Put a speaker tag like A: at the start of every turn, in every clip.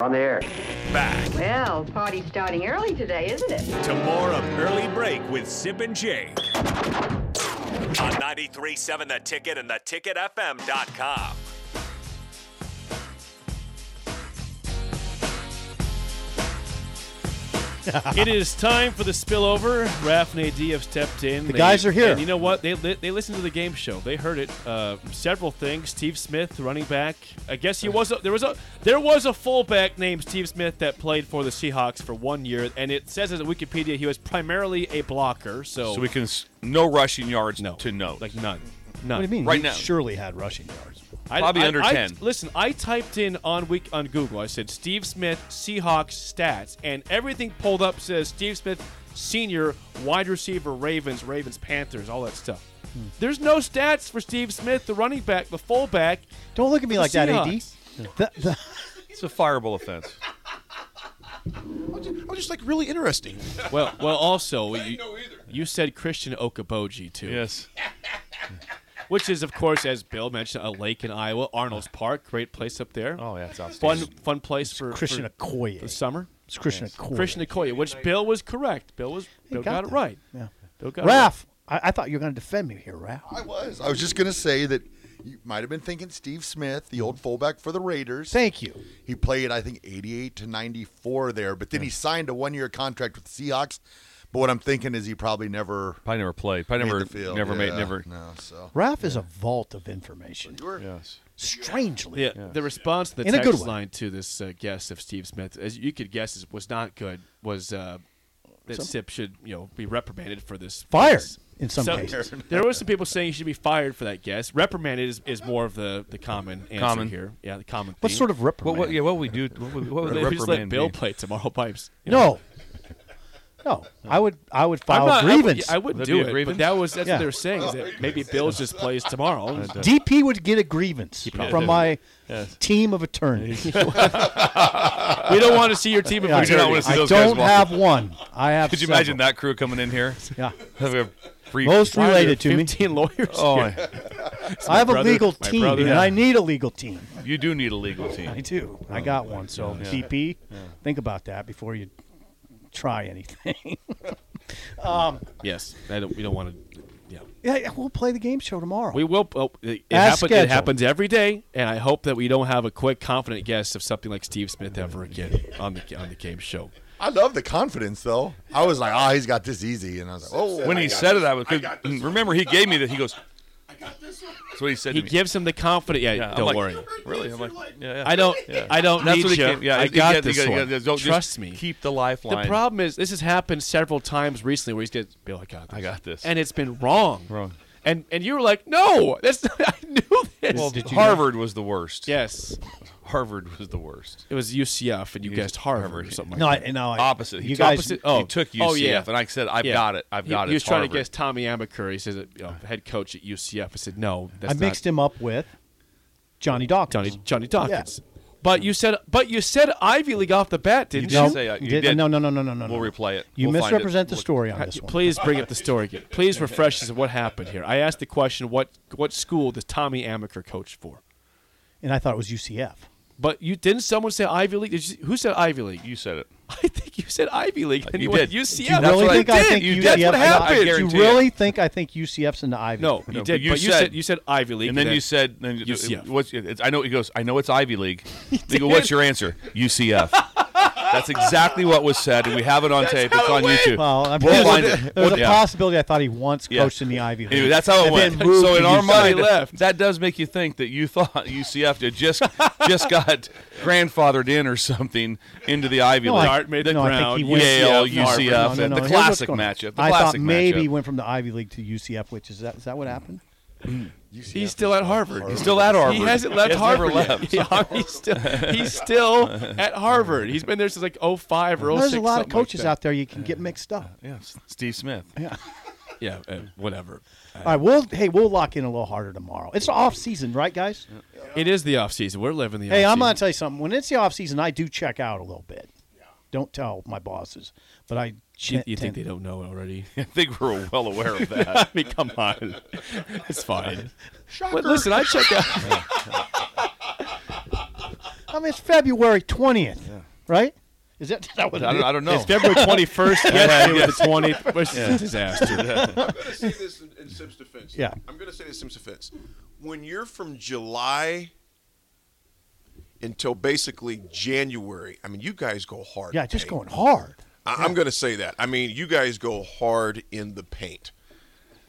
A: on the air.
B: Back
C: Well, party's starting early today, isn't it?
B: to more of Early Break with Sip and Jake. On 93.7 The Ticket and theticketfm.com.
D: it is time for the spillover. Raf and AD have stepped in. The
E: guys are here.
D: And you know what? They li- they listened to the game show. They heard it. Uh, several things. Steve Smith, running back. I guess he was a, there was a there was a fullback named Steve Smith that played for the Seahawks for one year, and it says on Wikipedia he was primarily a blocker. So,
F: So we can s- no rushing yards
D: no
F: to no.
D: like none. None.
E: What do you mean?
F: Right
E: He
F: now.
E: surely had rushing yards.
D: I,
F: Probably
D: I-
F: under
D: I-
F: 10.
D: Listen, I typed in on week on Google. I said Steve Smith Seahawks stats, and everything pulled up says Steve Smith senior wide receiver Ravens, Ravens Panthers, all that stuff. There's no stats for Steve Smith, the running back, the fullback.
E: Don't look at me
D: The
E: like that, AD.
D: Seahawks.
E: The- the-
F: it's a fireable offense.
G: I was just like really interesting.
D: Well, well, also you, you said Christian Okaboji too,
F: yes.
D: which is of course, as Bill mentioned, a lake in Iowa, Arnold's Park, great place up there.
F: Oh, yeah, it's
D: fun,
F: outstanding.
D: fun place for
E: Christian
D: for the
E: Okoye.
D: summer.
E: It's Christian Okoye.
D: Christian Okoye, which Bill was correct. Bill was Bill
E: got
D: got, it
E: that.
D: right.
E: Yeah.
D: Bill got it right.
E: Raf, I, I thought you were going to defend me here, Raf.
G: I was. I was just gonna say that you might have been thinking Steve Smith, the old fullback for the Raiders.
E: Thank you.
G: He played, I think, 88 to 94 there, but then he signed a one-year contract with the Seahawks. But what I'm thinking is he probably never
F: Probably never played. Probably
G: made
F: never,
G: the field.
F: never made,
G: Yeah,
F: never.
G: No, so
E: Raf is a vault of information.
F: Yes.
E: Strangely.
D: Yeah, the response to the
E: In a
D: text
E: good way.
D: line to this uh, guess of Steve Smith, as you could guess, is- was not good. Was uh, that Sip should you know be reprimanded for this?
E: Fired
D: this.
E: in some cases.
D: There were some people saying he should be fired for that guess. Reprimanded is, is more of the, the common answer
F: Common.
D: here. Yeah, the common.
E: What
D: theme.
E: sort of
F: What,
E: reprimand?
F: what, yeah, what would we do? What would, what would
D: They
F: the
D: would just let
F: reprimand
D: Bill
F: be?
D: play tomorrow pipes. you know?
E: No. No. I would I would
D: I'm
E: file
D: not- I would-
E: grievance.
D: I, would,
F: Would that be a
D: do it, but
F: grievance?
D: that was that's
E: Yeah.
D: what they were saying is that maybe Bill just plays tomorrow.
E: DP would get a grievance from
F: did.
E: my team of attorneys.
D: we don't want to see your team of
E: Yeah,
F: do not
D: attorneys.
F: wanna see
E: I
F: those guys
E: don't
F: walking.
E: have one. I have.
F: Could you imagine
E: several.
F: that crew coming in here?
E: Yeah.
F: Have a brief-
E: Most
D: Why are
E: related
D: there
E: to me.
D: 15 lawyers.
F: Oh,
D: here?
F: I-
E: I have a
D: brother-
E: legal
D: my
E: team,
D: brother.
E: and
D: Yeah.
E: I need a legal team.
F: you do need a legal
E: I
F: team.
E: do. I got one. So DP, think about that before you try anything.
D: Yes, I don't, we don't want to. Yeah,
E: yeah, yeah, we'll play the game show tomorrow.
D: we will. Oh, it, it,
E: As
D: happen- it
E: scheduled.
D: happens every day, and I hope that we don't have a quick, confident guess of something like Steve Smith ever again on the on the game show.
G: I love the confidence though. I was like, oh, he's got this easy, and I was like, oh,
F: When he said it, I was. remember, he gave me that. He goes. That's what he said
D: He
F: to me.
D: gives him the confidence. Yeah,
F: Yeah, I'm
D: don't
F: like,
D: worry.
F: Really? I'm like, yeah, yeah.
D: I don't. I don't
F: That's
D: need
F: what he
D: you.
F: came. Yeah,
D: I
F: he
D: got
F: got- he
D: this
F: got- he
D: one.
F: got- don't- just
D: Trust me.
F: Keep the
D: the
F: lifeline.
D: problem is this has happened several times recently where he's get Bill. I got. This.
F: I got this.
D: And it's been wrong.
F: Wrong.
D: And and you were like, no, that's not, I knew this.
F: Well, Harvard was the worst.
D: yes,
F: Harvard was the worst.
D: it was UCF, and you
F: He's-
D: guessed Harvard, or
F: Harvard.
D: something.
E: no,
D: like
E: I,
D: that.
E: no, I,
F: Opposite. He
E: You
F: took-
E: guys,
D: Opposite-
F: he took UCF,
D: oh, yeah.
F: and I said, "I've
D: Yeah.
F: got it. I've
D: He-
F: got it."
D: He was
F: It's
D: trying to
F: Harvard.
D: guess Tommy Amaker. He said, you know, head coach at UCF. I said, no, that's
E: I mixed
D: not
E: him up with Johnny Dawkins.
D: Johnny Johnny Dawkins. But you said, but you said Ivy League off the bat, didn't you?
E: No,
F: did say, uh, you
E: did-
F: did.
E: no, no, no, no, no, no.
F: We'll
E: no.
F: replay it.
E: You
F: We'll find it.
E: misrepresent the
F: Look-
E: story on
D: Ha-
E: this one.
D: Please bring up the story again. Please refresh us of what happened here. I asked the question, what what school does Tommy Amaker coach for?
E: And I thought it was UCF.
D: But you didn't. Someone say Ivy League. Did you, who said Ivy League?
F: You said it.
D: I think you said Ivy League. And
F: Uh, You
D: went
F: did.
D: UCF.
E: you
D: That's
E: really
D: what
E: think
D: I
E: I
D: did.
E: think
D: you
E: UCF?
D: That's what
E: I- I
D: happened.
E: Do you
F: guarantee
E: really think I think UCF's in the Ivy?
D: no,
E: League?
D: you
F: No,
D: did.
F: but you
D: but you said
F: said-
D: you said Ivy League.
F: And then you said, then you-
D: UCF.
F: What's, it's, I know he goes. I know it's Ivy League. They go, "What's your answer?" UCF. That's exactly what was said. and We have it on tape. It's on YouTube.
E: Well, I mean,
F: we'll
E: there's,
F: find
E: a,
F: it.
E: there's a
F: Yeah.
E: possibility I thought he once
F: Yeah.
E: coached in the Ivy League.
F: Anyway, that's how it
E: and
F: went.
E: Then moved
F: So in
E: to
F: our
E: UCF.
F: mind,
D: left.
F: that does make you think that you thought UCF did just just got grandfathered in or something into the Ivy
E: No,
F: League.
E: I-
D: Dartmouth,
E: no, I think
D: Brown,
E: he went-
F: Yale,
D: UCF, Harvard.
F: UCF,
E: No, no,
F: and
E: no,
F: the
E: here's what's
F: classic
E: going on.
F: matchup. The
E: I thought
F: classic
E: maybe he
F: matchup.
E: went from the Ivy League to UCF, which is that is that what happened?
D: He's still at Harvard.
F: He's still at Harvard.
D: He hasn't left
F: He has never
D: Harvard.
F: left.
D: yet. Yeah, he's still he's still at Harvard. He's been there since like 05 or 06.
E: There's a lot of
D: something like
E: coaches
D: that.
E: out there you can get mixed up.
F: Yes, Steve Smith.
D: Yeah, uh, whatever.
E: All right, we'll hey we'll lock in a little harder tomorrow. It's off season, right, guys?
D: It is the off season. We're living the.
E: Hey,
D: off
E: I'm gonna tell you something. When it's the off season, I do check out a little bit. Don't tell my bosses, but I.
D: You, you
E: tend-
D: think they don't know already?
F: I think we're well aware of
D: I
F: that.
D: mean, come on, it's fine. But listen, I check out.
E: I mean, it's February twentieth. right? Is that, that what
F: I don't, I don't know.
D: It's February 21st. yesterday was the 20th, which is a disaster.
A: say this in, in Sim's defense.
E: Yeah.
A: I'm going to say this in Sim's defense. When you're from July until basically January, I mean, you guys go hard.
E: Yeah,
A: in
E: just going
A: paint.
E: hard.
A: I, I'm going to say that. I mean, you guys go hard in the paint.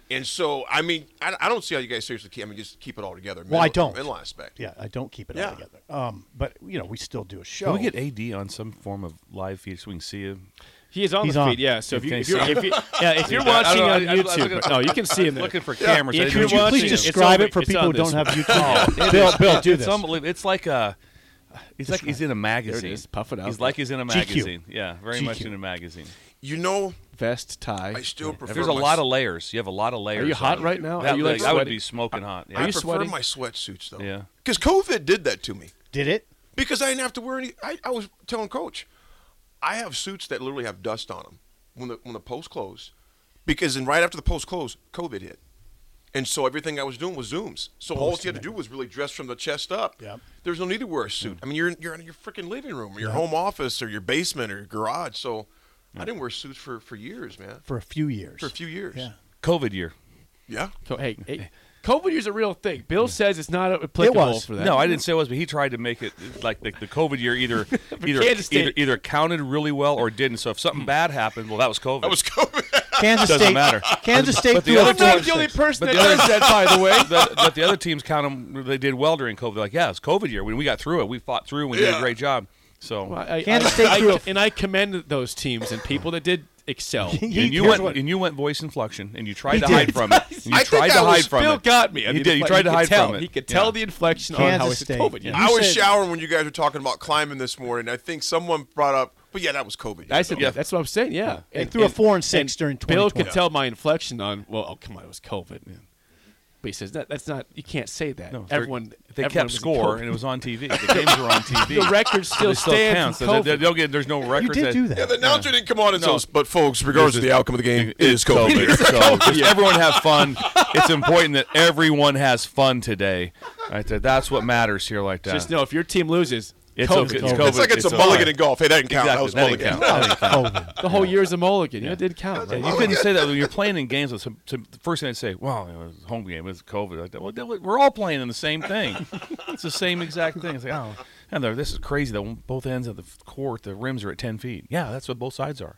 A: And so, I mean, I, I don't see how you guys seriously keep, I mean, just keep it all together.
E: Well, I
A: mental-
E: don't.
A: Mental aspect.
E: Yeah, I don't keep it all
A: Yeah.
E: together. Um, but you know, we still do a show.
F: Can we get AD on some form of live feed so we can see him?
D: He is on
E: He's
D: the
E: on.
D: feed, yeah. So if, you,
F: Can
D: if
F: you
D: you're,
F: see
D: if you, yeah, if you're
F: I
D: watching
F: don't know,
D: on
F: I- I'm
D: YouTube,
F: looking-
D: no, you can see him there.
F: Looking for cameras. I
D: If
F: didn't
D: you're
F: know what
D: watching,
E: please
F: you-
D: it's
E: describe
D: on
E: it for
D: the- it's
E: people who
D: on
E: don't
D: this
E: have
D: one.
E: YouTube? Bill, Bill, do
F: Oh, it's
E: this.
F: unbelievable. It's like a. He's like he's in a magazine.
D: is. Puff it out.
F: He's like he's in a
E: GQ.
F: magazine. Yeah, very much
E: GQ.
F: in a magazine.
A: You know,
D: Vest tie.
A: I still prefer.
F: There's a
A: my-
F: lot of layers. You have a lot of layers.
D: you hot
F: on it.
D: right now? Are
F: That,
D: you, like,
F: that would
D: sweaty?
F: be smoking hot. Yeah.
A: I
D: you
A: prefer
D: sweating?
A: my sweatsuits though.
F: Yeah.
A: Because COVID did that to me.
E: Did it?
A: Because I didn't have to wear any. I, I was telling Coach, I have suits that literally have dust on them when the when the post closed, because then right after the post closed, COVID hit, and so everything I was doing was zooms. So all you had to do was really dress from the chest up.
E: Yep. Mm.
A: There's no need to wear a suit. I mean, you're in- you're in your freaking living room, or your home office, or your basement, or your garage. So I didn't wear suits for for years, man.
E: For a few years.
A: For a few years.
E: Yeah.
F: COVID year.
A: Yeah.
D: So, hey, hey, COVID is a real thing. Bill says it's not applicable
E: was.
D: for that.
F: No, I didn't say it was, but he tried to make it like the, the COVID year either either,
D: Kansas State.
F: either either counted really well or didn't. So if something bad happened, well, that was COVID.
A: That was COVID.
E: Kansas
F: Doesn't
E: State.
F: matter.
E: Kansas State.
F: But the
E: threw a
F: other
D: I'm
E: four-
D: not the only person
F: But
D: that
F: the other-
D: does that, by the way.
F: but, but the other teams count them. They did well during COVID. Like, yeah, it's COVID year. When we got through it, we fought through. and We did a
A: Yeah.
F: great job. So
D: I,
E: Kansas
D: I-
E: State
D: I-
E: threw a-
D: and I commend those teams and people that did excel.
E: He-
F: and you
E: here's
F: went
E: what-
F: and you went voice inflection and you
E: He
F: tried to
E: did.
F: hide from it. And you
A: I think
F: tried to
A: I was-
F: hide from
D: Bill
F: it.
D: got me. I
F: You
D: mean,
F: did. You
D: like,
F: tried to
D: could
F: hide
D: tell.
F: from it.
D: He could tell
F: Yeah.
D: the inflection on how
E: Kansas
D: it's
E: State.
D: COVID. Yeah.
E: You
A: I was
E: said-
A: showering when you guys were talking about climbing this morning. I think someone brought up, but yeah, that was COVID.
D: I said, that's what I'm saying. Yeah,
E: They threw a four and six during
D: Bill could
E: 2020.
D: tell my inflection on. Well, oh come on, it was COVID. But he says that that's not. You can't say that.
F: No, they're-
D: everyone
F: they
D: everyone
F: kept
D: was in
F: score
D: COVID.
F: and it was on TV. The games were on TV.
D: the record still
F: It still
D: stands.
F: counts.
D: from
F: They-
D: COVID.
F: they- they'll get- there's no record.
E: You did do
A: Yeah,
E: that.
A: the announcer didn't come on and tell us, but folks, regardless of
F: This
A: the outcome of the game, it is
F: COVID.
A: COVID.
F: So just everyone have fun. It's important that everyone has fun today. Right there. That's what matters here. Like that.
D: Just know if your team loses,
F: it's
D: COVID.
F: okay. It's,
E: COVID.
F: COVID.
A: It's like it's, a
F: all
A: mulligan
F: right.
A: in golf. Hey, that didn't count.
F: Exactly.
A: That was a
F: That didn't
A: mulligan.
F: count.
E: COVID.
D: The whole year's a mulligan. Yeah, it did count.
F: You couldn't say that when you're playing in games with some. some the first thing I'd say, "Wow, you know, it's a home game it's COVID." Like that. Well, that- we're all playing in the same thing. it's the same exact thing. It's like, oh, and they're- this is crazy. That both ends of the court, the rims are at ten feet. Yeah, that's what both sides are.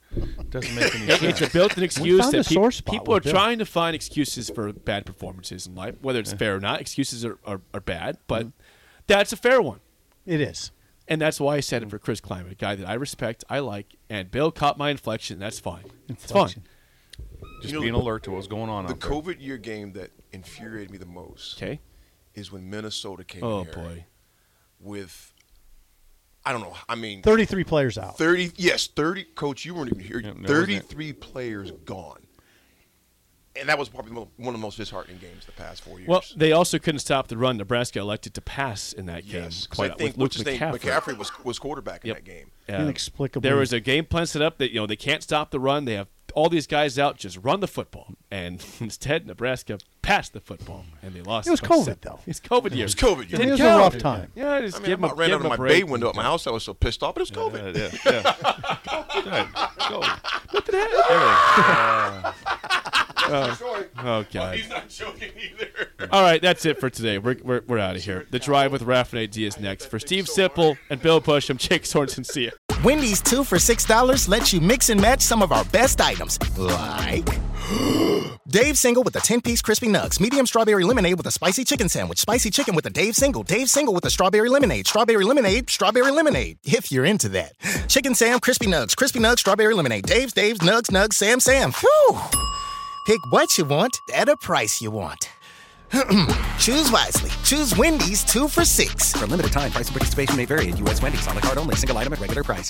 F: Doesn't make any sense.
D: It's a built-in excuse
E: found
D: that
E: a
D: peop-
E: sore spot
D: people are
E: with Bill.
D: trying to find excuses for bad performances in life, whether it's fair or not. Excuses are, are, are bad, but
E: Mm-hmm.
D: that's a fair one,
E: It is.
D: and that's why I said it for Chris Kleiman, a guy that I respect, I like, and Bill caught my inflection. That's fine. It's fun.
E: Inflection.
F: Just
A: You know,
F: being alert to what was going on.
A: The
F: out there.
A: COVID year game that infuriated me the most
D: Okay.
A: is when Minnesota came
D: Oh
A: in here
D: boy.
A: with, I don't know, I mean, 30,
E: Thirty-three players out.
A: yes, 30, coach, you weren't even here.
F: Yep, no, I wasn't there.
A: 33 players gone. And that was probably mo- one of the most disheartening games the past four years.
D: Well, they also couldn't stop the run. Nebraska elected to pass in that game.
A: yes, 'cause
D: quite
A: I
D: a-
A: think
D: with
A: what's
D: Luke
A: his name,
D: McCaffrey.
A: McCaffrey was, was quarterback in
D: Yep.
A: that game.
D: Yeah.
E: Inexplicable.
D: There was a game plan set up that you know they can't stop the run. They have all these guys out. Just run the football, and instead Nebraska passed the football and they lost.
E: It was
D: 27.
E: COVID, though.
D: It's COVID year.
A: It was COVID year.
E: It
D: Didn't
E: was a
D: count.
E: rough time.
D: Yeah, just
A: I mean,
D: give
A: I
D: them a,
A: about ran
D: give
A: out of
D: 'em a
A: my
D: break.
A: bay window at my house. I was so pissed off, but it's COVID.
F: Yeah, yeah, yeah. Right, go.
D: Oh god.
A: He's not joking either.
D: All right, that's it for today. We're, we're, we're out of here. The drive with Raf and AD is next. For Steve Sipple and Bill Pusham, Jake Sorensen. See ya.
H: Wendy's two for $6 lets you mix and match some of our best items, like Dave Single with a 10 piece crispy nugs, medium strawberry lemonade with a spicy chicken sandwich, spicy chicken with a Dave Single, Dave Single with a strawberry lemonade, strawberry lemonade, strawberry lemonade, if you're into that. Chicken Sam, crispy nugs, crispy nugs, strawberry lemonade, Dave's, Dave's, nugs, nugs, Sam, Sam. Whew! Pick what you want at a price you want. Choose wisely. Choose Wendy's two for six. For limited time, price and participation may vary at U.S. Wendy's on the card only, single item at regular price.